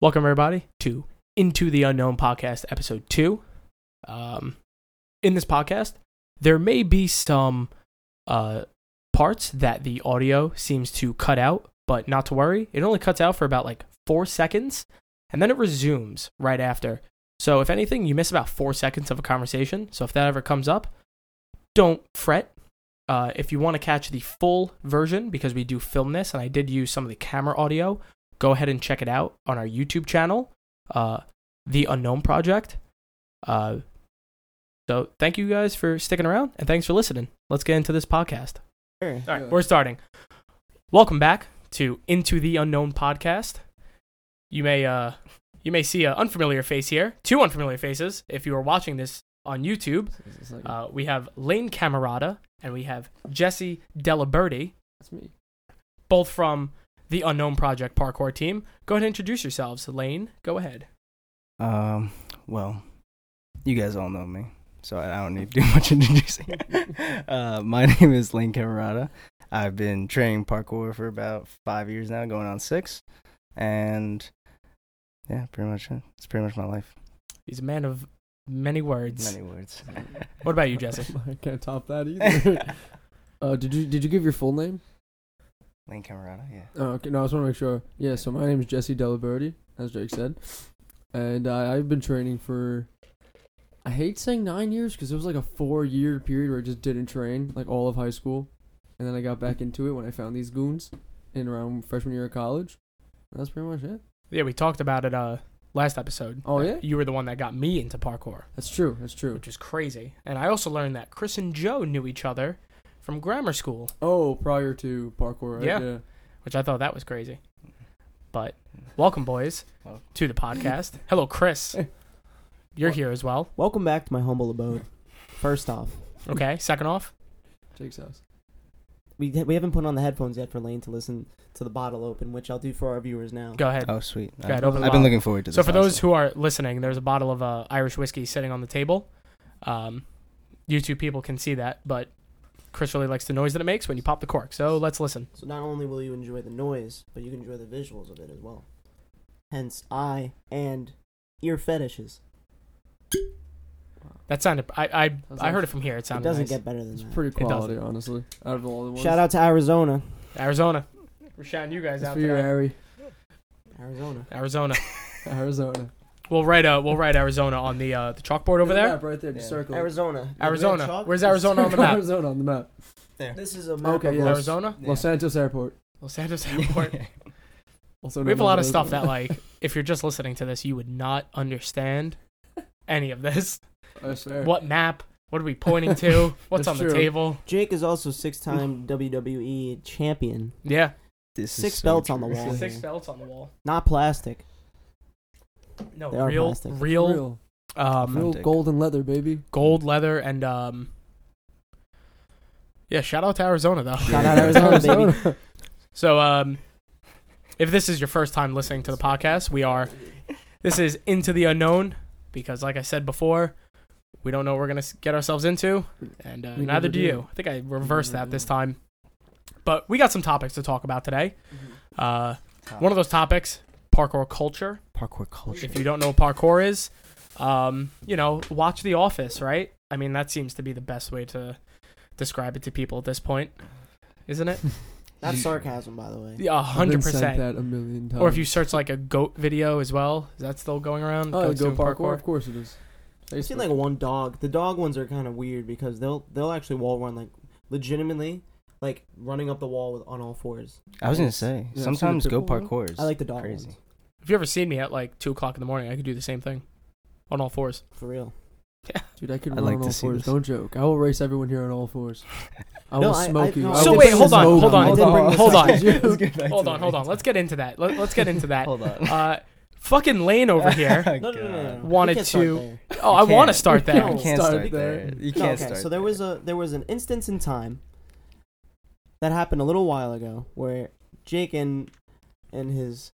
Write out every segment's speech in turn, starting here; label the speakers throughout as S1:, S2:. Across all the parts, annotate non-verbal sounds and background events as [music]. S1: Welcome everybody to Into the Unknown podcast episode 2. Um in this podcast, there may be some uh parts that the audio seems to cut out, but not to worry. It only cuts out for about like 4 seconds and then it resumes right after. So if anything, you miss about 4 seconds of a conversation. So if that ever comes up, don't fret. Uh, if you want to catch the full version, because we do film this, and I did use some of the camera audio, go ahead and check it out on our YouTube channel, uh, The Unknown Project. Uh, so thank you guys for sticking around and thanks for listening. Let's get into this podcast.
S2: Sure.
S1: All right, we're starting. Welcome back to Into the Unknown podcast. You may uh you may see an unfamiliar face here, two unfamiliar faces if you are watching this on YouTube.
S2: It's like-
S1: Uh, we have Lane Camerata and we have Jesse Delaberti,
S2: that's me. [laughs]
S1: both from the Unknown Project Parkour team. Go ahead and introduce yourselves. Lane, go ahead. uh,
S3: Um, well, you guys all know me, so I I don't need to do [laughs] much introducing.
S1: [laughs]
S3: uh, my name is Lane Camerata. I've been training parkour for about five years now, going on six, and yeah, pretty much it. It's pretty much my life.
S1: He's a man of many words.
S3: Many
S1: [laughs]
S3: words. [laughs]
S1: What about you, Jesse?
S2: I can't top that either. uh, did you did you give your full name?
S3: Lane Camerata, yeah.
S2: Oh, okay. No, I just want to make sure. Yeah. So my name is Jesse Delaberti, as Jake said, and uh, I've been training for. I hate saying nine years because it was like a four-year period where I just didn't train, like all of high school, and then I got back into it when I found these goons, in around freshman year of college. That's pretty much it.
S1: Yeah, we talked about it uh last episode.
S2: Oh yeah,
S1: You were the one that got me into parkour,
S2: that's true. That's true.
S1: which is crazy. And I also learned that Chris and Joe knew each other from grammar school,
S2: Oh, prior to parkour, right?
S1: Yeah. which I thought that was crazy. But welcome, boys,
S3: Welcome.
S1: to the podcast. Hello,
S3: [laughs]
S1: Chris. You're here as well.
S4: Welcome back to my humble abode. First off,
S1: Okay. Second off,
S2: Jake's house.
S4: we we haven't put on the headphones yet for Lane to listen to the bottle open, which I'll do for our viewers now.
S1: go ahead.
S3: Oh, sweet.
S1: Okay,
S3: I've,
S1: I'd open the
S3: I've been
S1: bottle.
S3: looking forward to this.
S1: So for those
S3: honestly.
S1: who are listening, there's a bottle of uh, Irish whiskey sitting on the table. Um, you two people can see that, but Chris really likes the noise that it makes when you pop the cork. So let's listen.
S4: So not only will you enjoy the noise, but you can enjoy the visuals of it as well. Hence, eye and ear fetishes.
S1: That sounded. I
S2: Sounds
S1: I, I heard it
S2: nice.
S1: from here. It
S4: It
S1: sounded
S4: doesn't
S1: nice.
S4: get better than
S2: It's
S4: that.
S2: pretty
S1: doesn't.
S2: quality, honestly. Out of all the ones.
S4: Shout out to Arizona,
S1: Arizona. We're shouting you guys
S2: It's
S1: out
S2: for you,
S1: today.
S2: Harry. [laughs]
S4: Arizona.
S1: Arizona.
S2: Arizona.
S1: We'll write uh we'll write Arizona on the uh, the chalkboard over
S2: Look at
S1: there.
S2: the map right there, just
S3: Yeah.
S2: circle. it. [laughs]
S4: Arizona.
S1: Arizona. Where's Arizona on the
S2: Circle [laughs]
S1: map?
S2: Arizona on the map.
S4: This is a map
S2: Okay,
S4: of
S2: yeah.
S4: Los-
S1: Arizona.
S3: Yeah.
S2: Los Santos Airport.
S1: Los
S3: [laughs]
S1: Santos Airport.
S2: Also
S1: We have a lot of stuff that like if you're just listening to this, you would not understand any of this.
S2: [laughs] I swear.
S1: What map? What are we pointing
S2: [laughs]
S1: to? What's on
S2: That's
S1: the
S2: true.
S1: table?
S4: Jake is also six-time WWE champion.
S1: Yeah.
S3: This is
S4: six
S3: so
S4: belts on
S3: true.
S4: the wall.
S1: Six belts on the wall.
S4: Not plastic.
S1: No,
S4: They are
S1: real,
S4: plastic.
S1: real,
S2: Real,
S1: um,
S2: real
S3: Authentic.
S2: golden leather, baby.
S1: gold leather and um. Yeah, shout out to Arizona though.
S4: Shout
S1: [laughs]
S4: out Arizona, baby.
S1: So, um, if this is your first time listening to the podcast, we are. This is into the unknown because, like I said before, we don't know what we're gonna s- get ourselves into, and uh,
S2: We
S1: neither
S2: never
S1: do
S2: do.
S1: you. I think I reversed
S2: never
S1: that this
S2: do.
S1: time, but we got some topics to talk about today. Uh, one of those topics, parkour culture.
S3: parkour culture.
S1: If you don't know what parkour is, um, you know, watch The Office, right? I mean, that seems to be the best way to describe it to people at this point, isn't it?
S4: That's sarcasm, by the way.
S1: Yeah, a
S2: I've been
S1: hundred
S2: sent
S1: percent.
S2: that um, a million times.
S1: Or if you search like a goat video as well, is that still going around?
S2: oh,
S1: Goats
S2: go
S1: doing
S2: parkour. Of course it is.
S4: I've seen like one dog. The dog ones are kind of weird because they'll they'll actually wall run like legitimately, like running up the wall with, on all fours.
S3: I was gonna say
S2: the
S3: sometimes go
S2: pickleball one?
S3: parkours.
S4: I like the dog
S3: crazy.
S4: ones
S1: If you ever seen me at like two o'clock in the morning, I could do the same thing on all fours.
S4: for real.
S2: dude, I can
S3: I'd
S2: run
S3: like
S2: on
S3: to
S2: all
S3: see
S2: fours.
S3: this.
S2: Don't joke. I will race everyone here on all fours. I
S4: No,
S2: will
S4: I-
S2: smoke
S4: I-
S2: you.
S4: no,
S2: I
S4: I
S1: So
S2: will
S1: wait,
S2: bring
S1: hold
S2: the
S1: on,
S2: smoke
S1: hold
S2: on
S1: on,
S2: you.
S4: I did bring this
S1: hold
S2: [laughs]
S4: up.
S1: on.
S3: [laughs] Let's get back to
S1: Hold
S3: the
S1: on, hold on.
S3: main
S1: Let's get into that. Let, let's get into that.
S3: [laughs] Hold on. Oh
S1: Uh, fucking Lane [laughs]
S3: [laughs]
S1: over here.
S4: No, no, no, no, no.
S1: Wanted
S4: We can't start
S1: to-
S4: there.
S1: Oh, I want to
S3: can't.
S1: start
S2: You
S1: there.
S4: No.
S3: You can't
S2: Start
S3: start,
S2: there.
S3: there. You
S4: No,
S3: can't
S4: okay,
S3: start.
S4: so there was a there was an instance in time that happened a little while ago where Jake and and his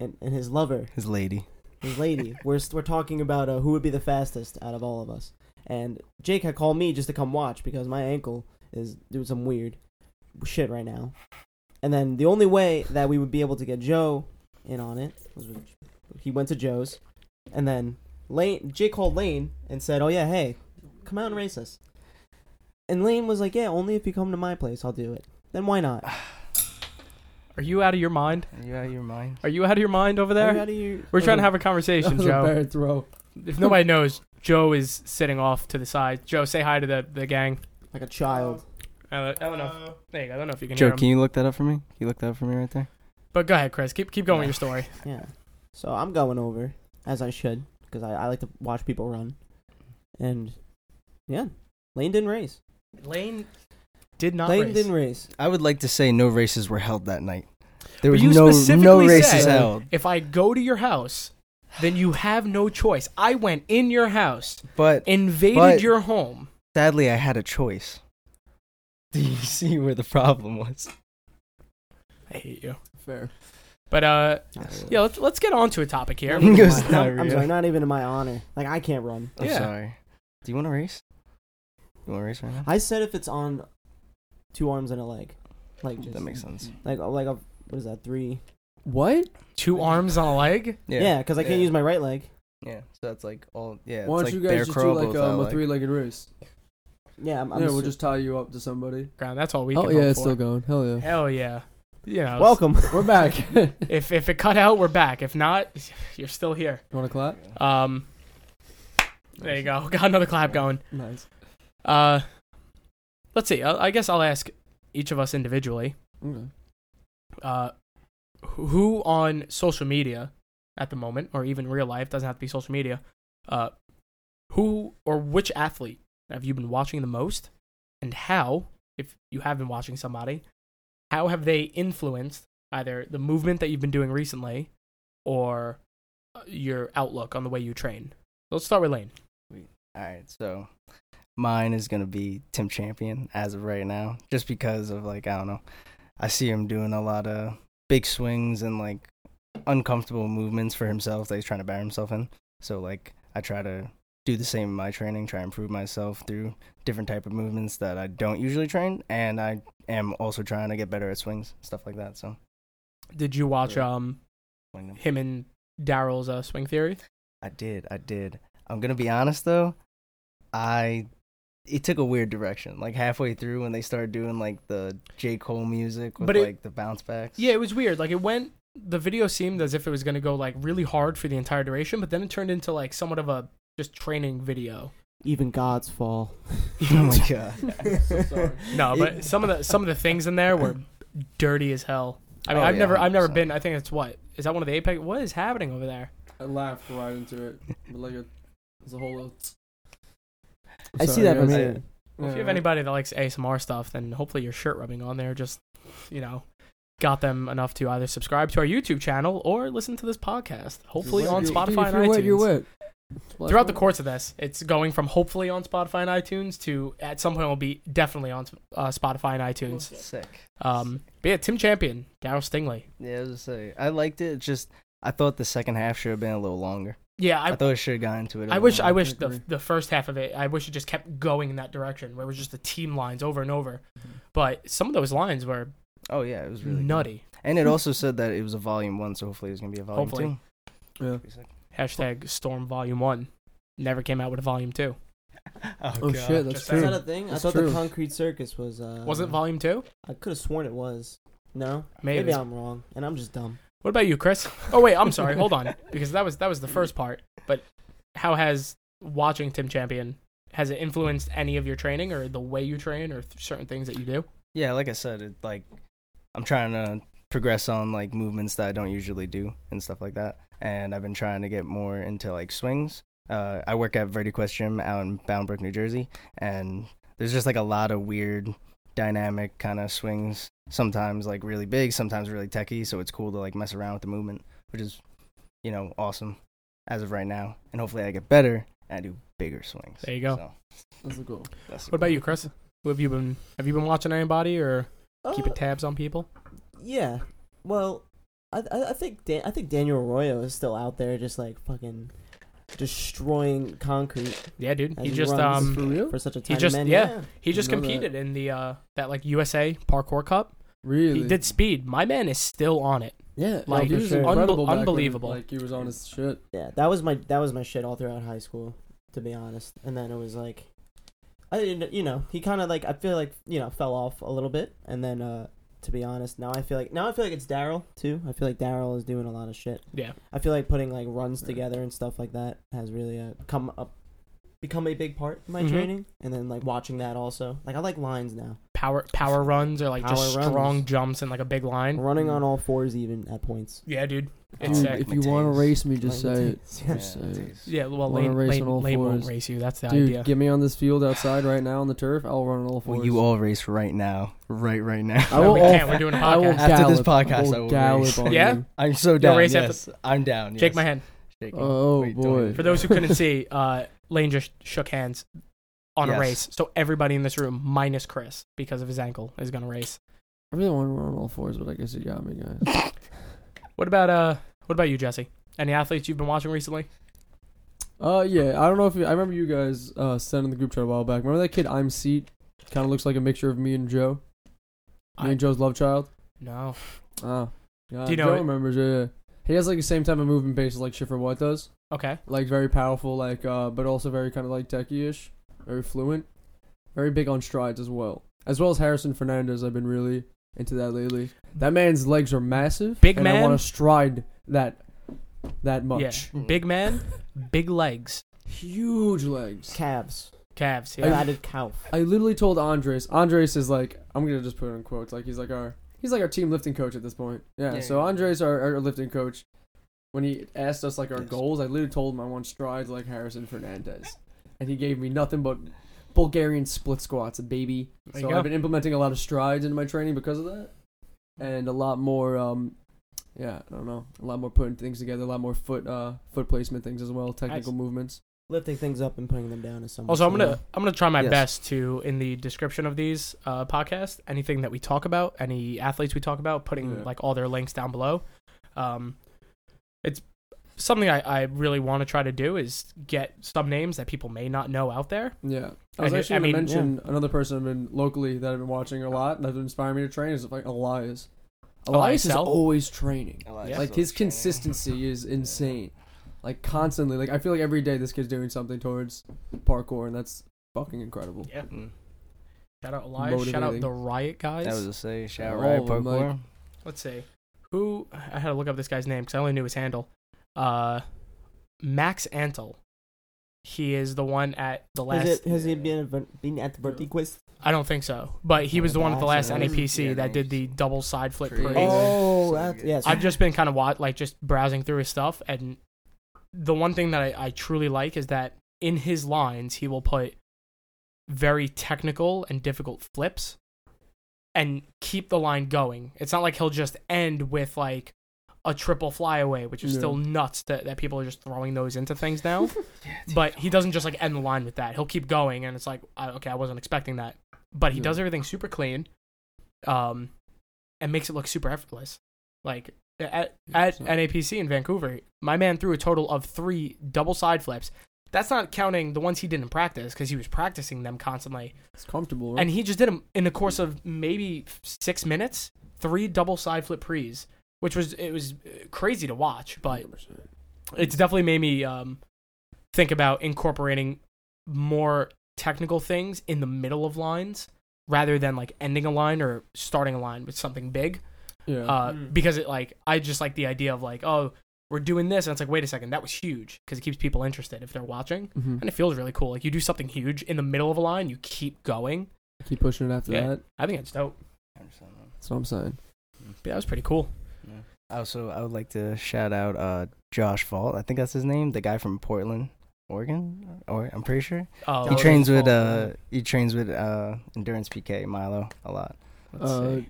S4: and, and his lover
S3: his lady.
S4: his lady. we're, we're talking about uh, who would be the fastest out of all of us. And Jake had called me just to come watch because my ankle is doing some weird shit right now. And then the only way that we would be able to get Joe in on it. It was with- He went to Joe's, and then Lane Jake called Lane and said, "Oh yeah, hey, come out and race us." And Lane was like, "Yeah, only if you come to my place, I'll do it." Then why not?
S1: Are you out of your mind?
S3: Are [laughs] you out of your mind?
S1: Are you out of your mind over
S4: Are you
S1: there?
S4: out of your-
S1: We're trying to
S2: Okay.
S1: have a
S2: That
S1: conversation,
S2: was a
S1: Joe.
S2: bad throw.
S1: If nobody knows, Joe is sitting off to the side. Joe, say hi to the, the gang.
S4: like a child.
S1: I don't, I don't know. If, there you go. I don't know if you can
S3: Joe,
S1: hear him.
S3: can you look that up for me? Can you look that up for me right there?
S1: But go ahead, Chris. Keep keep going with your story.
S4: Yeah. So I'm going over as I should because I, I like to watch people run, and yeah, Lane didn't race.
S1: Lane did not
S4: Lane
S1: race.
S4: didn't race.
S3: I would like to say no races were held that night. There
S1: But
S3: was
S1: you
S3: no no
S1: specifically
S3: races
S1: said-
S3: held.
S1: If I go to your house, then you have no choice. I went in your house, [laughs]
S3: But
S1: invaded
S3: But-
S1: your home.
S3: sadly, I had a choice. Do you [laughs] see where the problem was?
S1: I hate you.
S2: Fair.
S1: But uh,
S4: Not
S3: Yes.
S4: really.
S1: yeah, let's let's get on to a topic
S4: [laughs]
S1: here.
S4: Not even in
S3: It's
S4: my-
S3: not
S4: I'm, I'm
S3: real.
S4: sorry, not even in my honor. Like I can't run.
S3: I'm
S1: Yeah.
S3: sorry. Do you want to race? You want to race right now?
S4: I said if it's on two arms and a leg, like just
S3: that makes [laughs] sense.
S4: like like a what is that three?
S2: What?
S1: Two arms on a leg.
S4: Yeah, because I can't
S3: Yeah.
S4: use my right leg.
S3: Yeah. So that's like all. Yeah.
S2: Why don't
S3: it's
S2: you
S3: like bear
S2: guys just do
S3: crawl
S2: like
S3: both
S2: um,
S3: out,
S2: a three-legged race?
S4: Yeah, I'm. I'm
S2: yeah, we'll
S4: s-
S2: just tie you up to somebody.
S1: Ground. That's all we.
S2: Oh
S1: can
S2: yeah,
S1: hope
S2: it's
S1: for.
S2: still going. Hell yeah.
S1: Hell yeah. You know,
S2: [laughs]
S4: [laughs] welcome. [laughs]
S2: We're back. you
S1: If if it cut out, we're back. If not, you're still here.
S2: want to clap?
S1: Um, there you go. [laughs] Got another clap going.
S2: Nice.
S1: Uh, let's see. I, I guess I'll ask each of us individually.
S2: Okay.
S1: Uh, who on social media at the moment, or even real life, doesn't have to be social media. Uh, who or which athlete have you been watching the most, and how, if you have been watching somebody, how have they influenced either the movement that you've been doing recently, or uh, your outlook on the way you train? Let's start with Lane.
S3: All right, so mine is gonna be Tim Champion as of right now, just because of like I don't know, I see him doing a lot of big swings and like uncomfortable movements for himself that he's trying to bear himself in. So like I try to do the same in my training, try and improve myself through different type of movements that I don't usually train, and I am also trying to get better at swings, stuff like that. So
S1: Did you watch um
S3: swing them.
S1: him and Daryl's uh, swing theory?
S3: I did. I did. I'm gonna be honest though. I it took a weird direction. Like halfway through when they started doing like the J Cole music with
S1: But it-
S3: like the bounce backs.
S1: Yeah, it was weird. Like it went. The video seemed as if it was going to go like really hard for the entire duration, but then it turned into like somewhat of a just training video.
S4: Even gods fall.
S3: [laughs]
S1: [laughs]
S3: oh my god.
S2: [laughs] so sorry.
S1: No, but
S4: It-
S1: some of the some of the things in there were dirty as hell. I mean,
S3: Oh,
S1: I've
S3: yeah,
S1: never I've never
S3: 100%.
S1: been. I think it's what is that one of the apex? What is happening over there?
S2: I laughed right into it. But like
S1: [laughs]
S2: a, it's a whole. Little
S4: I see that from
S3: guys.
S4: here.
S1: Well, if you have anybody that likes ASMR stuff, then hopefully your shirt rubbing on there just you know got them enough to either subscribe to our YouTube channel or listen to this podcast. Hopefully on Spotify
S2: if
S1: and
S2: you're
S1: iTunes.
S2: Wet, you're wet.
S1: throughout the course of this, it's going from hopefully on Spotify and iTunes to at some point will be definitely on uh, Spotify and iTunes.
S3: Sick.
S1: Um, but yeah, Tim Champion, Daryl Stingley.
S3: Yeah, I was just say I liked it. It's Just I thought the second half should have been a little longer.
S1: Yeah,
S3: I,
S1: I,
S3: thought it should have gotten into it.
S1: I
S3: a little
S1: wish I
S3: more.
S1: wish
S2: agree.
S1: the the first half of it. I wish it just kept going in that direction where it was just the team lines over and over. But some of those lines were
S3: Oh yeah, Mm-hmm. it was really good.
S1: nutty.
S3: And it also said that it was a volume one, so hopefully it's gonna be a volume
S1: Hopefully.
S2: Yeah.
S3: two.
S1: Hashtag Storm Volume One never came out with a Volume Two.
S2: Oh shit, that's
S1: Just
S4: Is
S1: saying.
S4: that a
S2: true.
S4: thing?
S2: That's
S4: I thought
S2: true.
S4: the concrete circus was. Uh,
S1: Was it
S3: Uh-huh.
S1: Volume Two?
S4: I could have sworn it was. No,
S1: Maybe.
S4: maybe I'm wrong, and I'm just dumb.
S1: What about you, Chris? [laughs] Oh wait, I'm sorry. Hold on, because that was that was the first part. But how has watching Tim Champion has it influenced any of your training or the way you train or th- certain things that you do?
S3: yeah like i said it like i'm trying to progress on like movements that i don't usually do and stuff like that and i've been trying to get more into like swings uh, i work at Verde quest gym out in bound brook new jersey and there's just like a lot of weird dynamic kind of swings sometimes like really big sometimes really techy so it's cool to like mess around with the movement which is you know awesome as of right now and hopefully i get better and i do bigger swings
S1: There you go.
S3: So,
S2: That's a goal.
S3: that's the
S1: What about
S3: goal.
S1: you, Chris? Who have you been? Have you been watching anybody or keeping
S4: Uh,
S1: tabs on people?
S4: Yeah. Well, I I, I think Dan- I think Daniel Arroyo is still out there, just like fucking destroying concrete
S1: Yeah, dude.
S4: As
S1: He
S4: he
S1: just
S4: runs.
S1: um
S2: for real?
S4: for such a tiny
S1: just-
S4: man.
S1: yeah. he
S2: I
S1: just
S2: didn't know that.
S1: competed in the uh that like USA parkour cup.
S2: Really?
S1: He did speed. My man is still on it.
S2: Yeah,
S1: Like,
S2: he was
S4: for sure.
S2: incredible
S1: Unbe-
S2: back then,
S1: unbelievable.
S2: Like he was on his shit.
S4: Yeah, that was my that was my shit all throughout high school, to be honest. And then it was like, I didn't, you know, he kind of like I feel like you know fell off a little bit, and then uh to be honest, now I feel like now I feel like it's Daryl too. I feel like Daryl is doing a lot of shit.
S1: Yeah.
S4: I feel like putting like runs
S2: Right.
S4: together and stuff like that has really uh, come up, become a big part of my
S1: Mhm.
S4: training. And then like watching that also, like I like lines now,
S1: Power power runs or like just
S4: Power runs.
S1: strong jumps and like a big line.
S4: running
S2: Mm.
S4: on all fours even at points.
S1: Yeah, dude.
S2: Dude,
S1: It's
S3: Um,
S1: sick.
S2: if you want to
S3: Matisse.
S2: race me, just
S4: Like,
S2: say it.
S4: yeah.
S2: Just say it.
S1: Yeah, well,
S2: Wanna
S1: Lane,
S2: race
S1: Lane,
S2: on all
S1: Lane won't
S2: fours.
S1: race you. That's the
S2: Dude,
S1: idea.
S2: get me on this field outside right now on the turf. I'll run all fours.
S3: Well, you all race right now, right, right now.
S2: I will
S1: we
S2: all-
S1: can't. We're doing a
S2: [laughs] I will
S1: podcast.
S3: After this
S2: gallop.
S3: podcast, I will
S2: gallop
S3: race.
S2: on
S1: Yeah?
S2: you.
S3: [laughs] I'm so
S1: You'll
S3: down.
S1: race after-
S3: yes, I'm down.
S1: Shake
S3: yes.
S1: my hand.
S3: Shaking.
S2: Oh,
S3: Wait, don't
S2: boy.
S3: even-
S1: For those who couldn't see, [laughs] uh, Lane just shook hands on a
S3: Yes.
S1: race. So everybody in this room, minus Chris, because of his ankle, is gonna race.
S2: I really want to run on all fours, but I guess you got me, guys.
S1: What about uh? What about you, Jesse? Any athletes you've been watching recently?
S2: Uh, yeah. I don't know if you, I remember you guys uh sending the group chat a while back. Remember that kid? I'm seat. Kind of looks like a mixture of me and Joe. Me
S1: I-
S2: and Joe's love child.
S1: No.
S2: Oh. Yeah,
S1: Do you know
S2: Joe
S1: it?
S2: remembers it. Yeah. He has like the same type of movement basis like Schiffer White does.
S1: Okay.
S2: like very powerful, like uh, but also very kind of like techie-ish, very fluent, very big on strides as well, as well as Harrison Fernandez. I've been really into that lately. That man's legs are massive,
S1: Big
S2: and I
S1: man?
S2: want to stride that that much.
S1: Yeah. Big man, big legs,
S2: Huge legs.
S4: Calves,
S1: calves. Yeah.
S4: fatted calf.
S2: I literally told Andres. Andres is like, I'm gonna just put it in quotes. Like he's like our he's like our team lifting coach at this point. Yeah.
S3: Yeah,
S2: so
S3: yeah.
S2: Andres, our, our lifting coach, when he asked us like our
S3: Yes.
S2: goals, I literally told him I want strides like Harrison Fernandez, and he gave me nothing but Bulgarian split squats, baby.
S1: There you
S2: so
S1: go.
S2: I've been implementing a lot of strides into my training because of that, and a lot more. um yeah, I don't know. A lot more putting things together, a lot more foot uh foot placement things as well, technical movements.
S4: lifting things up and putting them down is something.
S1: Also, I'm gonna I'm gonna try my
S3: Yes.
S1: best to in the description of these uh, podcasts, anything that we talk about, any athletes we talk about, putting
S2: Yeah.
S1: like all their links down below. Um, it's something I, I really want to try to do is get some names that people may not know out there.
S2: Yeah,
S1: I
S2: I was
S1: hear-
S2: actually
S1: I
S2: going
S1: mean,
S2: to mention another person I've been locally that I've been watching a lot and that's inspired me to train is like Elias.
S1: Oh,
S2: Elias is
S1: Elias L?
S2: always training.
S3: Elias
S2: Like
S3: is
S2: his
S3: training. [laughs]
S2: consistency is insane. Like constantly, like I feel like every day this kid's doing something towards parkour, and that's fucking incredible.
S1: Yeah.
S3: Mm.
S1: Shout out Elias. Shout out
S2: Motivating.
S1: the Riot guys.
S3: That was a say. Shout
S2: All
S3: right,
S2: of 'em,
S3: parkour.
S1: Let's see. Who I had to look up this guy's name because I only knew his handle. Uh, Max Antle. He is the one at the last.
S4: Has, it, has he been at- been at the Vertiquist?
S1: I don't think so, but he was the one at the last
S4: Yeah,
S1: NAPC that
S3: names.
S1: did the double side flip
S3: Pretty
S1: parade.
S3: good.
S4: Oh,
S3: So
S4: that's
S3: good.
S4: yes.
S1: I've just been kind of wa- like just browsing through his stuff, and the one thing that I, I truly like is that in his lines he will put very technical and difficult flips, and keep the line going. It's not like he'll just end with like a triple flyaway, which is
S2: Yeah.
S1: still nuts that, that people are just throwing those into things
S2: [laughs]
S1: now. but he doesn't just like end the line with that. He'll keep going, and it's like, I, okay, I wasn't expecting that. But he
S2: Yeah.
S1: does everything super clean, um, and makes it look super effortless. Like at at
S2: so-
S1: NAPC in Vancouver, my man threw a total of three double side flips. That's not counting the ones he didn't practice because he was practicing them constantly,
S2: It's comfortable, right?
S1: and he just did them in the course of maybe six minutes. Three double side flip prees, which was it was uh, crazy to watch, but
S2: 100%.
S1: it's definitely made me um, think about incorporating more technical things in the middle of lines rather than like ending a line or starting a line with something big
S2: yeah,
S1: uh,
S4: Mm.
S1: because it like i just like the idea of like oh we're doing this and it's like wait a second that was huge because it keeps people interested if they're watching
S2: Mhm.
S1: and it feels really cool like you do something huge in the middle of a line you keep going
S2: keep pushing it after
S1: Yeah.
S2: that.
S1: i think it's dope
S2: That's what I'm saying.
S1: yeah, that was pretty cool
S3: Also, I would like to shout out uh, Josh Vault. I think that's his name. The guy from Portland, Oregon. Or I'm pretty sure
S1: uh,
S3: he
S2: Oh,
S3: trains
S2: Josh
S3: with uh
S2: Vault,
S3: he trains with uh endurance PK Milo a lot. Let's
S2: Uh,
S3: see.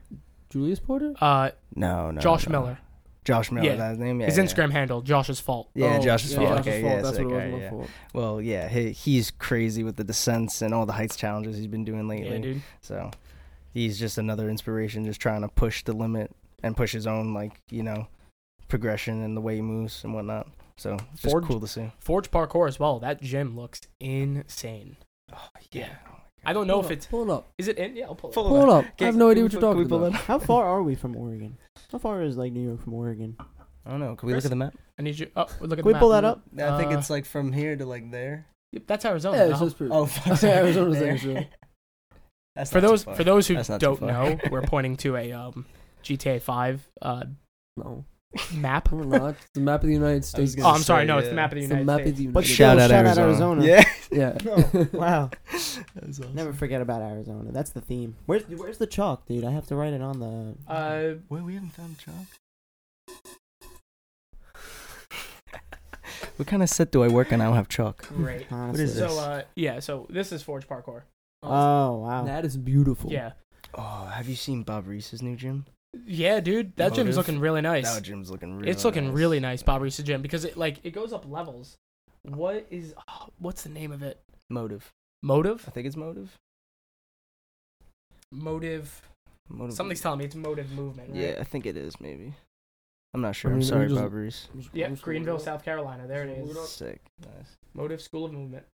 S2: Julius Porter.
S1: uh,
S3: No, no.
S1: josh
S3: no.
S1: miller
S3: Josh Miller.
S1: Yeah.
S3: That's his name. Yeah,
S1: his
S3: yeah.
S1: instagram handle josh's fault
S3: Yeah,
S2: Oh,
S3: Josh's
S1: fault.
S2: Josh's
S3: Okay,
S2: fault.
S3: yeah,
S2: That's
S3: sick,
S2: what it was.
S3: alright,
S2: my
S3: yeah.
S2: fault.
S3: Well, yeah, he, he's crazy with the descents and all the heights challenges he's been doing lately.
S1: yeah dude
S3: So he's just another inspiration, just trying to push the limit and push his own like you know progression and the way he moves and whatnot. So it's just
S1: Forge-
S3: cool to see.
S1: forge parkour as well that gym looks insane
S3: Oh,
S1: yeah. I don't know
S2: Hold
S1: if
S2: up,
S1: it's
S2: Pull it up.
S1: is it in? Yeah, I'll pull it.
S3: Full
S2: Pull it up. I
S3: Okay,
S2: have no idea what
S3: can
S2: you're
S3: we
S2: talking
S3: pull- can we
S2: about.
S3: pull
S4: How far are we from Oregon? How far is like New York from [laughs] Oregon?
S3: I don't know. Can we look
S1: Chris?
S3: at the map?
S1: I need you. Oh, look at
S4: Can we
S1: the
S4: pull
S1: map.
S4: that up?
S3: I think
S1: Uh,
S3: it's like from here to like there.
S1: Yep, That's Arizona.
S2: Yeah,
S1: no?
S2: it's just pretty.
S3: Oh, fuck.
S2: Yeah,
S3: sorry,
S2: Arizona's
S3: there. [laughs]
S2: Arizona.
S3: That's
S1: for
S3: not too
S1: those
S3: far.
S1: for those who
S3: That's not too
S1: don't
S3: far.
S1: know, we're pointing to a um, GTA Five uh,
S2: no,
S1: map.
S2: we're not. It's the map of the United
S3: I was
S2: States.
S1: Oh, I'm
S3: Say,
S1: sorry. No, it's the
S3: yeah.
S1: map of the
S2: It's the
S1: United
S2: map
S1: States.
S2: of the United
S4: But
S2: States.
S4: shout
S3: shout out
S4: out shout out
S3: Arizona.
S4: Arizona. Arizona.
S3: Yeah. [laughs]
S2: Yeah.
S4: Wow.
S3: That's awesome.
S4: Never forget about Arizona. That's the theme. Where's where's the chalk, dude? I have to write it on the.
S1: Uh,
S3: Wait, we haven't found chalk. [laughs] what kind of set do I work on? I don't have chalk.
S4: [laughs]
S1: great.
S4: Honestly.
S3: is
S1: So
S3: this?
S1: uh, yeah, so this is Forge Parkour.
S4: Oh wow.
S2: [laughs] That is beautiful.
S1: Yeah,
S3: Oh, have you seen Bob Reese's new gym?
S1: yeah, dude, that gym is
S3: Motive?
S1: looking really nice.
S3: Oh, That gym's looking really.
S1: it's looking
S3: nice.
S1: really nice, Bob Reese's gym, because it like it goes up levels. What is oh, what's the name of it?
S3: Motive. I
S1: Motive,
S3: think it's motive.
S1: motive.
S3: Motive.
S1: Something's telling me it's motive movement. Right?
S3: Yeah, I think it is maybe. I'm not sure.
S2: I
S3: I'm
S2: mean,
S3: sorry,
S2: we just-
S3: Bob Reese.
S1: Yep, Greenville, South Carolina. There it
S2: Scroll it
S1: is.
S2: up.
S3: Sick. Nice.
S1: Motive School of Movement.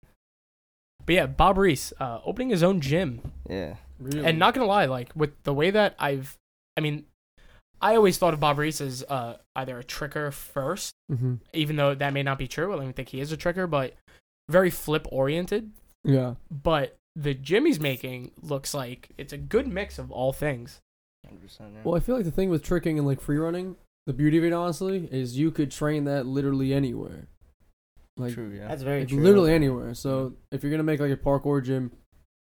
S1: But yeah, Bob Reese uh, opening his own gym
S3: Yeah.
S2: Really?
S1: And not gonna lie, like with the way that I've, I mean, I always thought of Bob Reese as uh, either a tricker first,
S2: Mm-hmm.
S1: even though that may not be true. I don't even think he is a tricker, but very flip oriented.
S2: Yeah.
S1: But the Jimmy's making looks like it's a good mix of all things.
S3: 100%. Yeah.
S2: Well, I feel like the thing with tricking and like free running, the beauty of it honestly is you could train that literally anywhere. Like
S3: True. Yeah.
S4: That's very
S2: like,
S4: true.
S2: literally anywhere. So if you're gonna make like a parkour gym,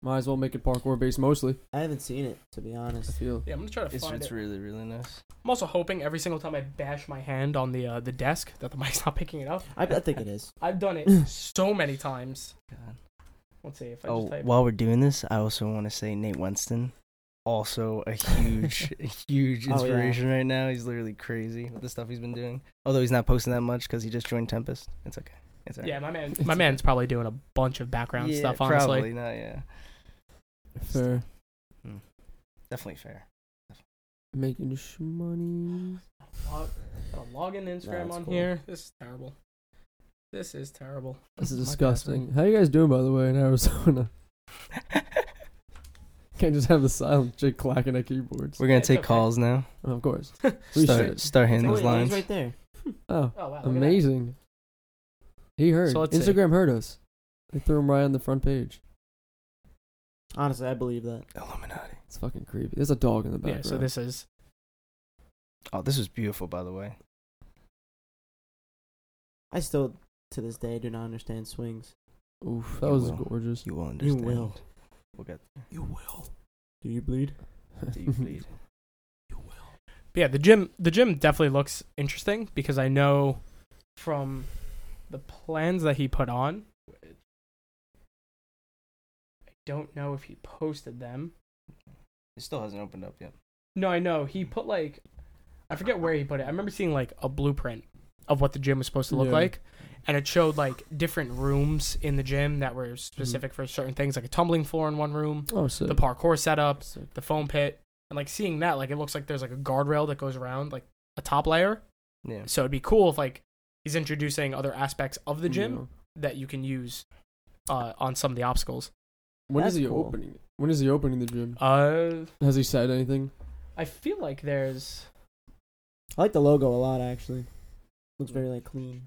S2: might as well make it parkour based mostly.
S4: I haven't seen it to be
S2: I
S4: honest.
S2: feel.
S1: Yeah, I'm gonna try to
S3: It's,
S1: find
S3: it's
S1: it.
S3: really really nice.
S1: I'm also hoping every single time I bash my hand on the uh, the desk that the mic's [laughs] not picking it up.
S4: I, I think
S2: [laughs]
S4: it is.
S1: I've done [clears throat] it so many times.
S3: God.
S1: Let's see if I
S3: Oh,
S1: just type.
S3: while we're doing this, I also want to say Nate Winston, also
S1: [laughs]
S3: a huge a huge
S4: Oh, yeah.
S3: inspiration right now. He's literally crazy with the stuff he's been doing. Although he's not posting that much because he just joined Tempest. It's okay. It's alright.
S1: yeah, my
S3: [laughs]
S1: man, my man's probably doing a bunch of background
S3: Yeah,
S1: stuff. Honestly,
S3: Probably not. Yeah.
S2: Fair.
S1: Hmm. [laughs]
S3: Definitely fair.
S2: Making sh- money.
S1: Log, got a login Instagram
S4: that's
S1: on
S4: cool.
S1: here. This is terrible. This is terrible. [laughs]
S2: This is
S3: My bad,
S2: disgusting. How you guys doing by the way in Arizona? [laughs] Can't just have the silent chick clacking at keyboards.
S3: We're gonna
S1: It's
S3: take
S1: okay.
S3: calls now.
S2: And of course. We
S3: Start
S2: should.
S3: start hitting
S4: Oh,
S3: those
S4: wait, Lane's
S3: lines.
S4: right there.
S2: Oh,
S1: Oh wow! Amazing.
S2: amazing. He heard.
S1: So let's see.
S2: Instagram heard us. They threw him right on the front page.
S4: Honestly, I believe that.
S3: Illuminati.
S2: It's fucking creepy. There's a dog in the
S1: Yeah.
S2: background.
S1: So this is
S3: Oh, this was beautiful, by the way.
S4: I still to this day do not understand swings.
S2: Oof, that
S3: You
S2: was
S3: will.
S2: gorgeous.
S3: You will
S4: You
S3: understand.
S4: will.
S3: We'll get
S4: You will. Do you bleed?
S3: deeply.
S1: yeah. The gym. The gym definitely looks interesting because I know from the plans that he put on. I don't know if he posted them.
S3: it still hasn't opened up yet.
S1: No, I know he put like I forget where he put it. I remember seeing like a blueprint of what the gym was supposed to look
S2: Yeah.
S1: like, and it showed like different rooms in the gym that were specific for certain things, like a tumbling floor in one room,
S2: [laughs] Oh, sick.
S1: the parkour setup,
S2: Sick.
S1: the foam pit, and like seeing that, like it looks like there's like a guardrail that goes around like a top layer.
S3: Yeah.
S1: So it'd be cool if like he's introducing other aspects of the gym
S2: Yeah.
S1: that you can use uh, on some of the obstacles.
S2: When is
S4: That's
S2: he
S4: cool.
S2: opening? When is he opening the gym?
S1: Uh,
S2: Has he said anything?
S1: I feel like there's
S4: I like the logo a lot actually. Looks very
S2: [laughs]
S4: like clean.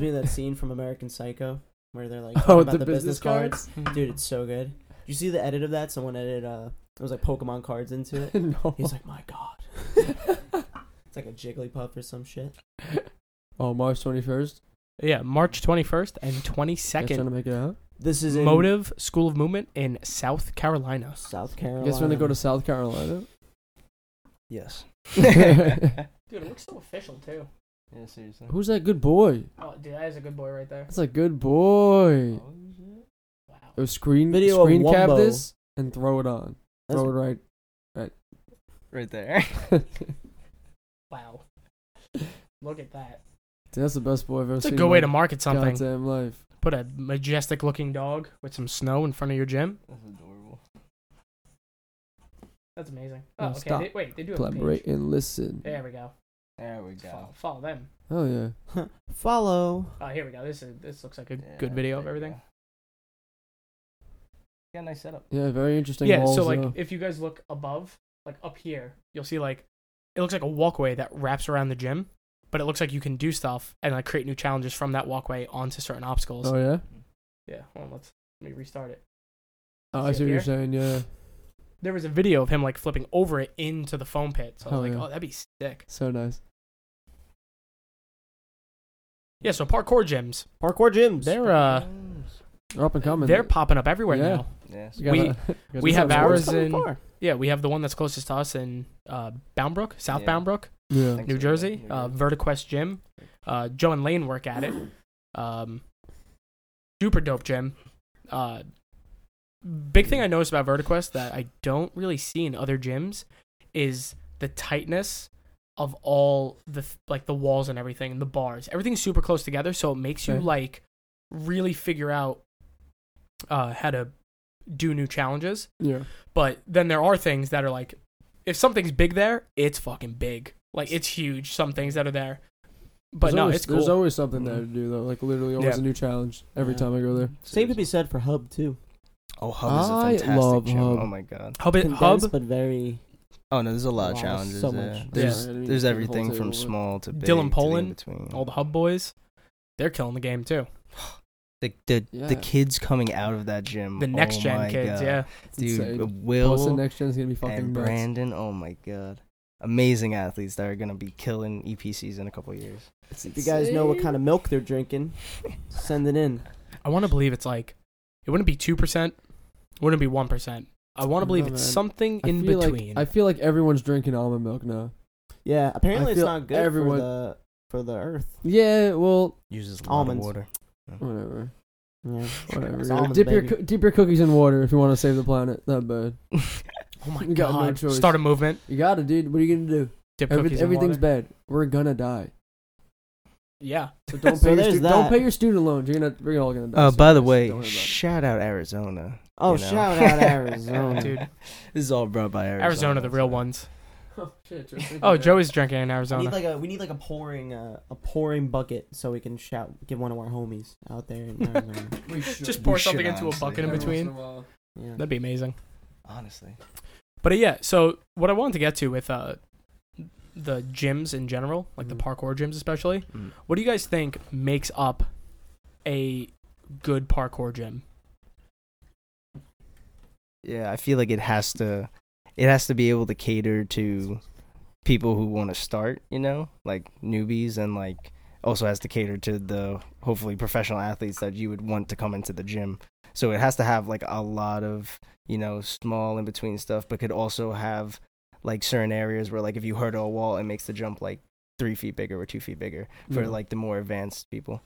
S2: [laughs]
S4: me of that scene from American Psycho where they're like
S2: Oh,
S4: oh,
S2: with
S4: about
S2: the
S4: the, business,
S2: business
S4: cards. Dude, it's so good. You see the edit of that? Someone edited uh it was like Pokemon cards into
S2: [laughs]
S4: it.
S2: no.
S4: He's like, My God. it's like a Jigglypuff or some shit.
S2: oh, March twenty first.
S1: Yeah, March 21st and
S2: Trying to
S1: 22nd.
S2: make it out.
S4: This is in
S1: Motive School of Movement in South Carolina.
S4: South
S2: I
S4: Carolina.
S2: guess we're gonna go to South Carolina. [laughs]
S3: Yes.
S1: Dude, it looks so official too.
S3: yeah, seriously.
S2: Who's that good boy?
S1: Oh, dude, that is a good boy right there.
S2: That's a good boy.
S1: Wow.
S2: Oh, screen
S4: Video of
S2: screen cap
S4: Wumbo.
S2: this and throw it on.
S4: That's-
S2: throw it right.
S3: Right there. [laughs]
S1: Wow. [laughs] Look at that.
S2: Dude, that's the best boy I've ever
S1: It's a
S2: seen.
S1: good
S2: in
S1: way
S2: my
S1: to market something.
S2: Goddamn life.
S1: Put a majestic looking dog with some snow in front of your gym.
S3: That's adorable.
S1: That's amazing.
S2: Oh, stop.
S1: They, wait, they do have a page.
S2: Collaborate and listen.
S1: There we go.
S3: There we
S1: Follow, follow them.
S2: Hell yeah.
S4: follow.
S1: Oh, here we go. This is this looks like a
S3: Yeah,
S1: good video of
S3: there we
S1: everything.
S3: go. got a nice setup.
S2: Yeah, very interesting.
S1: yeah,
S2: walls,
S1: so like
S2: though.
S1: if you guys look above, like up here, you'll see like it looks like a walkway that wraps around the gym, but it looks like you can do stuff and like create new challenges from that walkway onto certain obstacles.
S2: oh yeah.
S1: Yeah, hold on, let's let me restart it.
S2: Oh, I
S1: See
S2: see
S1: up
S2: what
S1: here?
S2: you're saying. Yeah.
S1: There was a video of him like flipping over it into the foam pit. So I was
S2: Oh,
S1: like,
S2: yeah.
S1: oh, that'd be sick.
S2: So nice.
S1: Yeah, so parkour gyms,
S4: Parkour gyms.
S1: they're uh,
S2: They're up and coming.
S1: they're popping up everywhere
S2: uh, Yeah.
S1: now.
S3: Yes.
S2: You got
S1: we-
S2: that- you got
S1: we
S2: that
S1: have
S2: sounds
S1: ours
S2: good.
S1: in- Yeah, we have the one that's closest to us in uh, Boundbrook, South
S3: Yeah.
S1: Boundbrook.
S2: Yeah.
S3: Thank-
S1: New
S3: New
S1: Jersey,
S3: Jersey.
S1: uh, VertiQuest Gym. Uh, Joe and Lane work at it. Um, super dope gym. Uh, big thing I noticed about VertiQuest that I don't really see in other gyms is the tightness of all the th- like the walls and everything, and the bars. Everything's super close together, so it makes you
S2: Right.
S1: like really figure out uh, how to do new challenges.
S2: Yeah.
S1: But then there are things that are like, if something's big there, it's fucking big. Like it's huge. Some things that are there, but
S2: There's
S1: no,
S2: always-
S1: it's
S2: There's
S1: cool.
S2: always something there to do though. Like literally, always
S1: Yeah.
S2: a new challenge every
S4: Yeah.
S2: time I go there.
S4: Same to be said for Hub too.
S3: Oh, Hub is a
S2: I
S3: fantastic
S2: love
S3: gym.
S2: Hub.
S3: Oh my god.
S1: Hub,
S4: Condensed,
S1: Hub
S4: but very.
S3: Oh no, there's a lot of
S4: Wow,
S3: challenges.
S4: so
S3: yeah.
S4: much.
S3: There's
S2: Yeah, I mean,
S3: there's
S2: the whole
S3: everything from
S2: table.
S3: small to big.
S1: Dylan
S3: to the
S1: Poland,
S3: in-between.
S1: all the Hub boys, they're killing the game too.
S3: the the,
S2: Yeah.
S3: the kids coming out of that gym.
S2: Mm,
S1: The next
S3: oh
S1: gen
S3: my
S1: kids,
S3: God.
S1: yeah.
S2: It's
S3: Dude,
S2: insane. Plus, the
S3: Will
S2: next gen's gonna be fucking
S3: and
S2: nuts.
S3: Brandon. Oh my god, amazing athletes that are gonna be killing EPCs in a couple years.
S4: If you guys know what kind of milk they're drinking, send it in.
S1: I want to believe it's like, it wouldn't be two percent, wouldn't be one percent. I want to
S2: don't
S1: believe
S2: know,
S1: it's
S2: man.
S1: something in
S2: feel
S1: between.
S2: Like, I feel like everyone's drinking almond milk now.
S4: Yeah, apparently it's
S2: feel
S4: not good
S2: everyone-
S4: for the for the earth.
S2: Yeah, well,
S3: Uses a
S4: Almonds.
S3: lot of water.
S2: whatever,
S4: Yeah.
S2: whatever.
S4: It's
S2: yeah.
S4: almonds,
S2: dip
S4: baby.
S2: your coo- dip your cookies in water if you want to save the planet. Not bad.
S3: [laughs]
S1: oh my
S2: we got no
S1: god!
S2: choice.
S1: Start a movement.
S2: You got it, dude. What are you gonna do?
S1: Dip
S2: Every-
S1: cookies in
S2: everything's
S1: water.
S2: bad. We're gonna die.
S1: yeah.
S2: [laughs] So don't pay
S4: So
S2: your
S4: there's
S2: stu- don't
S4: that.
S2: pay your student loans. You're gonna we're all gonna die.
S3: Uh,
S2: soon,
S3: by the
S2: guys. Don't
S3: way,
S2: worry about it.
S3: shout out Arizona.
S4: Oh,
S3: you know? [laughs]
S4: shout [laughs] out Arizona.
S1: Dude.
S3: This is all brought by Arizona.
S1: Arizona, the real
S3: so-
S1: ones.
S2: Oh shit. Joe, thank
S1: [laughs] Oh,
S2: you.
S1: Joe is drinking in
S4: We need
S1: Arizona.
S4: like a we need like a pouring uh, a pouring bucket so we can shout give one of our homies out there [laughs] in Arizona.
S2: We
S1: Just
S2: should.
S1: pour
S3: We should,
S1: something into a
S3: honestly.
S1: bucket in
S2: Every once
S1: between.
S2: a while.
S4: Yeah.
S1: That'd be amazing.
S3: Honestly,
S1: But uh, yeah, so what I wanted to get to with uh, the gyms in general, like
S2: Mhm.
S1: the parkour gyms especially,
S3: Mm.
S1: what do you guys think makes up a good parkour gym?
S3: yeah, I feel like it has to, it has to be able to cater to people who want to start. You know, like newbies, and like also has to cater to the hopefully professional athletes that you would want to come into the gym. So it has to have like a lot of you know small in between stuff, but could also have like certain areas where like if you hurdle a wall, it makes the jump like three feet bigger or two feet bigger. for
S1: Mm.
S2: Yeah.
S3: like the more advanced people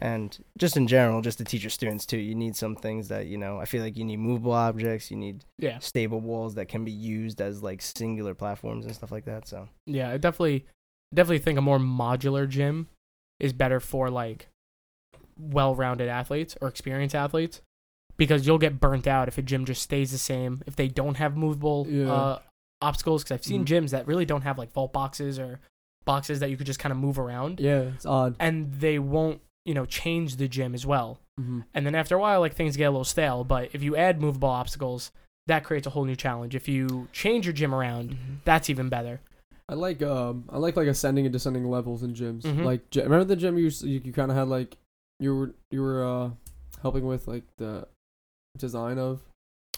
S3: and just in general just to teach your students too you need some things that you know i feel like you need movable objects you need
S1: Yeah,
S3: stable walls that can be used as like singular platforms and stuff like that so
S1: yeah, I definitely, definitely think a more modular gym is better for like well-rounded athletes or experienced athletes because you'll get burnt out if a gym just stays the same if they don't have movable
S2: Yeah.
S1: uh, obstacles. Because I've seen
S2: Mhm.
S1: gyms that really don't have like vault boxes or boxes that you could just kind of move around.
S2: yeah, it's odd.
S1: and they won't, you know, change the gym as well.
S2: Mm-hmm.
S1: And then after a while, like things get a little stale. But if you add movable obstacles, that creates a whole new challenge. If you change your gym around, that's even better. [laughs]
S2: I like um I like like ascending and descending levels in gyms.
S1: Mhm.
S2: Like gy- remember the gym you s- you, you kind of had like you were you were uh helping with like the design of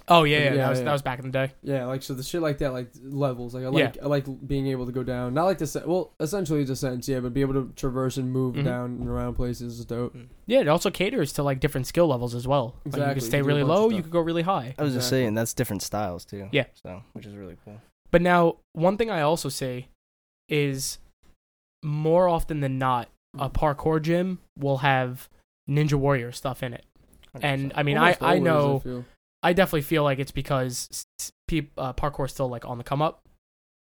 S1: Oh yeah, yeah, that
S2: Yeah,
S1: was
S2: yeah.
S1: that was back in the day.
S2: yeah like so the shit like that like levels like I
S1: Yeah.
S2: like I like being able to go down not like descent well essentially descent yeah but be able to traverse and move
S1: Mhm.
S2: down and around places is dope.
S1: Yeah, it also caters to like different skill levels as well. Like you
S2: Exactly,
S1: can
S2: you
S1: stay
S2: do a
S1: really
S2: bunch of
S1: low, you
S2: stuff.
S1: could go really high.
S3: i was just
S2: Exactly.
S3: saying that's different styles too
S1: Yeah.
S3: so which is really cool
S1: But now, one thing I also see is more often than not, a parkour gym will have Ninja Warrior stuff in it. And I mean, I,
S2: Almost
S1: I
S2: always,
S1: know
S2: feel.
S1: I definitely feel like it's because s- s- peop, uh, parkour's still like on the come up,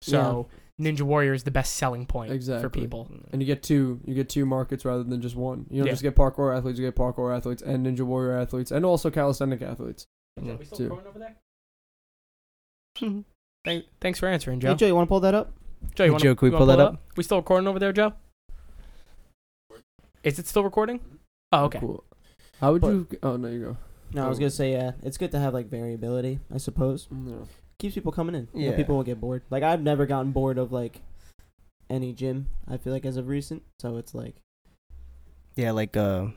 S1: so Ninja Warrior is the best selling point for
S2: Exactly.
S1: people.
S2: and you get two you get two markets rather than just one. You don't
S1: Yeah.
S2: just get parkour athletes, you get parkour athletes and ninja warrior athletes and also calisthenic athletes.
S3: Yeah.
S2: still Two. pouring
S1: over there? [laughs] thanks for answering,
S4: Hey
S1: Joe.
S4: Joe, you want to pull that up?
S1: Joe, you
S3: Hey,
S1: wanna,
S3: Joe, can we
S1: you wanna
S3: pull that up?
S1: We still recording over there, Joe? Is it still recording? Oh, okay.
S2: Cool. How would
S1: But-
S2: you? Oh no, you go.
S4: No, I was gonna say yeah. It's good to have like variability, I suppose.
S2: No.
S4: Keeps people coming in. Yeah.
S3: Yeah.
S4: people will get bored. Like I've never gotten bored of like any gym. I feel like as of recent, so it's like
S3: Yeah, like uh,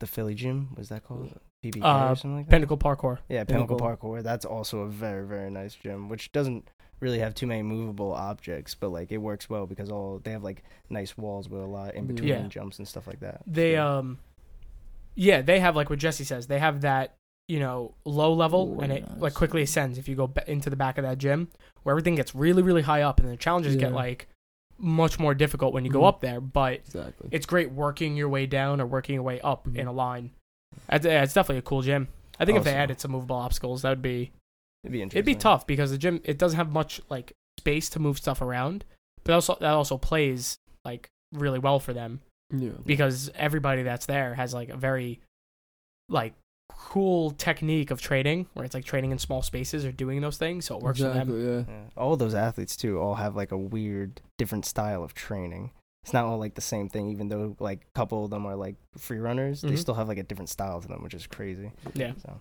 S3: the Philly gym was that called PBK
S1: Uh,
S3: or something like that.
S1: Pinnacle Parkour.
S3: yeah, Pinnacle
S4: Pinnacle.
S3: Parkour. That's also a very very nice gym, which doesn't really have too many movable objects, but like it works well because all they have like nice walls with a lot in
S2: Yeah.
S3: between
S1: Yeah.
S3: jumps and stuff like that.
S1: They
S3: So-
S1: um, yeah, they have like what Jesse says. They have that you know low level, and it like quickly ascends if you go ba- into the back of that gym where everything gets really really high up, and the challenges get
S2: Yeah.
S1: like much more difficult when you go
S2: Mhm.
S1: up there. But
S2: Exactly.
S1: it's great working your way down or working your way up
S2: Mhm.
S1: in a line. That's, yeah, it's definitely a cool gym. I think if they
S3: Also-
S1: added some movable obstacles, that would be
S3: it'd be interesting.
S1: it'd be tough because the gym it doesn't have much like space to move stuff around, but also that also plays like really well for them
S2: yeah.
S1: because everybody that's there has like a very like cool technique of training where it's like training in small spaces or doing those things, so it works for them.
S2: exactly, yeah.
S3: Yeah. All those athletes too all have like a weird different style of training. It's not all like the same thing, even though like a couple of them are like free runners. They
S1: Mhm.
S3: still have like a different style to them, which is crazy.
S1: Yeah.
S3: So,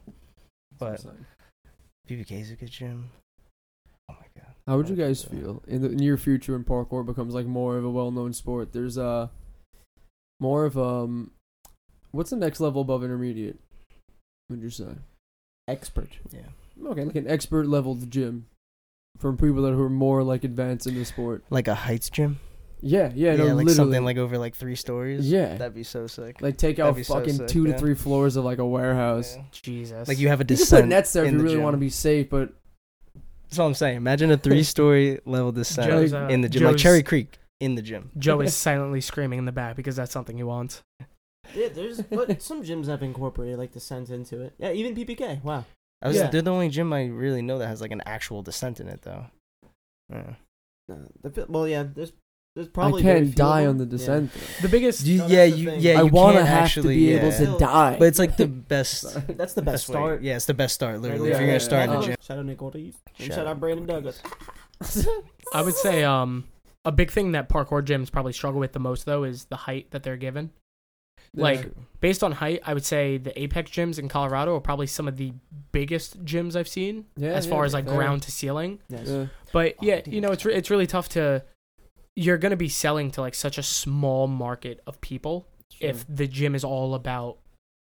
S2: But
S3: but BBK's a good gym. Oh my god.
S2: How would you guys feel in the near future when parkour becomes like more of a well-known sport? There's a more of um, what's the next level above intermediate? Would you say?
S4: expert.
S3: Yeah.
S2: Okay, like an expert level gym for people that who are more like advanced in the sport.
S3: Like a heights gym.
S2: Yeah, yeah,
S3: Yeah,
S2: no,
S3: like
S2: literally.
S3: something like over like three stories.
S2: yeah,
S3: That'd be so sick.
S2: like take
S3: that'd
S2: out
S3: be so
S2: fucking
S3: sick,
S2: two
S3: yeah.
S2: to three floors of like a warehouse.
S3: Yeah.
S1: Jesus.
S3: Like you have a
S2: You can put
S3: descent.
S2: nets there if
S3: in
S2: you
S3: the
S2: really
S3: gym.
S2: want to be safe, but
S3: That's all I'm saying. Imagine a three-story level descent
S1: Joe's,
S2: Like,
S1: uh,
S3: in the gym, like
S1: Joe's-
S3: Cherry Creek in the gym.
S1: Joe is silently screaming in the back because that's something he wants.
S4: Yeah,
S2: [laughs]
S4: there's [laughs] but some gyms have incorporated like descent into it. Yeah, even PPK. Wow.
S3: I was,
S4: Yeah.
S3: They're the only gym I really know that has like an actual descent in it, though. Yeah.
S4: Uh, the, fi- well, yeah. There's there's probably
S2: I
S4: very
S2: can't
S4: few of
S2: die
S4: them.
S2: on the
S4: Yeah.
S2: descent.
S1: The biggest
S3: You,
S4: No,
S3: yeah,
S4: that's the
S3: you,
S4: thing.
S3: yeah,
S2: I
S3: you
S2: want to
S3: can't
S2: have to
S3: actually,
S2: be able
S3: yeah.
S2: to
S4: Still-
S2: die.
S3: But it's like
S2: [laughs]
S3: the best.
S2: Sorry.
S4: That's the best
S3: way-
S4: start.
S3: Yeah, it's the best start. Literally,
S2: Yeah,
S3: if you're
S2: yeah,
S3: gonna start
S2: yeah.
S3: in the
S2: Oh.
S3: gym.
S4: Shout out Nick Ortiz. And
S3: Shout
S4: shout
S3: out
S4: out Brandon
S3: Nick
S4: Douglas.
S1: I would say um a big thing that parkour gyms probably struggle with the most though is the height that they're given. Like based on height, I would say the Apex gyms in Colorado are probably some of the biggest gyms I've seen
S2: yeah,
S1: as
S2: yeah,
S1: far as like
S2: fair.
S1: ground to ceiling.
S4: Yes.
S2: Yeah.
S1: But
S3: Oh,
S1: yeah,
S3: dude.
S1: you know it's re- it's really tough to you're going to be selling to like such a small market of people if the gym is all about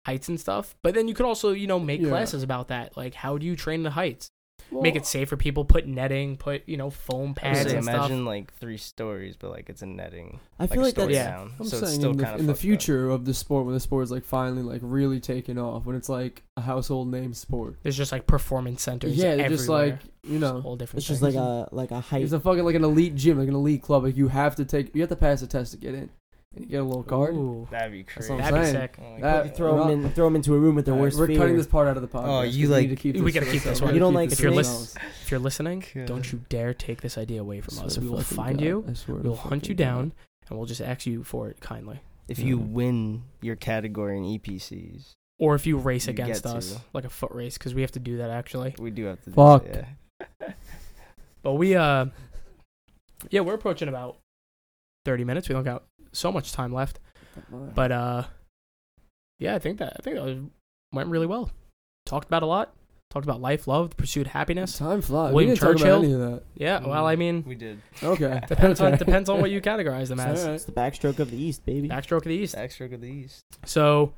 S1: heights and stuff. But then you could also, you know, make
S2: Yeah.
S1: classes about that. Like how do you train the heights? Make
S2: Well,
S1: it safe for people, put netting, put, you know, foam
S3: I would
S1: pads
S3: say
S1: and stuff.
S3: imagine like three stories, but like it's a netting.
S4: I feel
S3: a
S4: like
S3: story
S4: that's
S1: Yeah.
S3: down,
S2: I'm
S3: so it's
S2: saying
S3: still
S2: in, the,
S3: kind
S2: in the
S3: of
S2: future of the sport, when the sport is like finally like really taken off, when it's like a household name sport.
S1: There's just like performance centers.
S2: yeah, they're just like
S1: everywhere. Just
S2: you know,
S1: whole different.
S4: it's just
S1: things.
S4: like a like a height.
S2: it's a fucking like an elite gym, like an elite club. Like you have to take, you have to pass a test to get in, and you get a little card.
S1: Ooh,
S3: That'd be
S2: That's
S3: crazy.
S2: what I'm
S1: that'd be
S2: saying.
S1: sick.
S3: Oh my
S2: That-
S3: God.
S4: you throw
S2: Rock-
S4: them in, throw them into a room with their
S2: All right,
S4: worst
S2: We're
S4: fear.
S2: cutting this part out of the podcast.
S3: Oh, you,
S2: we need
S3: like-
S2: to keep
S1: We
S2: this
S1: gotta
S2: to
S1: keep this
S2: ourselves.
S1: one.
S2: We
S4: You don't
S2: keep
S4: like
S2: this
S1: If you're
S2: to
S1: lis-
S2: ourselves.
S1: If you're listening,
S3: Good.
S1: don't you dare take this idea away from us.
S2: Swear
S1: We
S2: to
S1: will
S2: fucking
S1: find
S2: God.
S1: you.
S2: I swear
S1: We
S2: to
S1: will hunt you
S2: fucking God.
S1: down, and we'll just ask you for it kindly.
S3: If you
S2: Yeah.
S3: win your category in E EPCs,
S1: Or if you race
S3: You get
S1: against us,
S3: to.
S1: like a foot race, because we have to do that actually.
S3: we do have to. do
S2: Fuck.
S3: that, yeah.
S1: But we, uh, yeah, we're approaching about 30 minutes. We don't got so much time left. But uh, yeah, I think that I think that went really well. Talked about a lot. Talked about life, love, pursued happiness.
S2: time flies.
S1: William
S2: we didn't talk
S1: Churchill.
S2: about any of that.
S1: Yeah. Well,
S3: Mm.
S1: I mean,
S3: [laughs] we did.
S2: Okay.
S1: depends on
S2: Okay.
S1: depends on what
S3: [laughs]
S1: you categorize them as.
S2: [laughs] All
S4: It's the backstroke of the East, baby.
S1: Backstroke of the East.
S3: Backstroke of the East.
S1: So,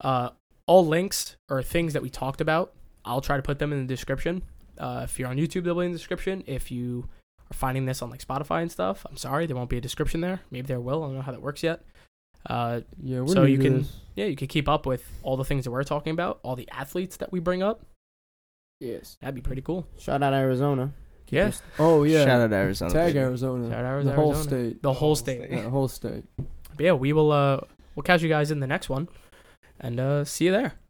S1: uh, all links or things that we talked about, I'll try to put them in the description. Uh, if you're on YouTube, they'll be in the description. If you are finding this on like Spotify and stuff, I'm sorry, there won't be a description there. Maybe there will. I don't know how that works yet. Uh,
S2: Yeah, we're
S1: So
S2: new
S1: you
S2: to
S1: can-
S2: this.
S1: yeah, you can keep up with all the things that we're talking about, all the athletes that we bring up.
S2: Yes.
S1: That'd be pretty cool.
S4: Shout out Arizona.
S1: Yeah.
S4: Yes.
S2: Oh yeah.
S3: Shout out Arizona.
S2: Tag
S3: baby.
S2: Arizona.
S1: Shout out
S2: the
S1: Arizona.
S2: whole state.
S1: The whole state.
S2: Yeah, the whole state.
S1: But yeah, we will. Uh, we'll catch you guys in the next one, and uh, see you there.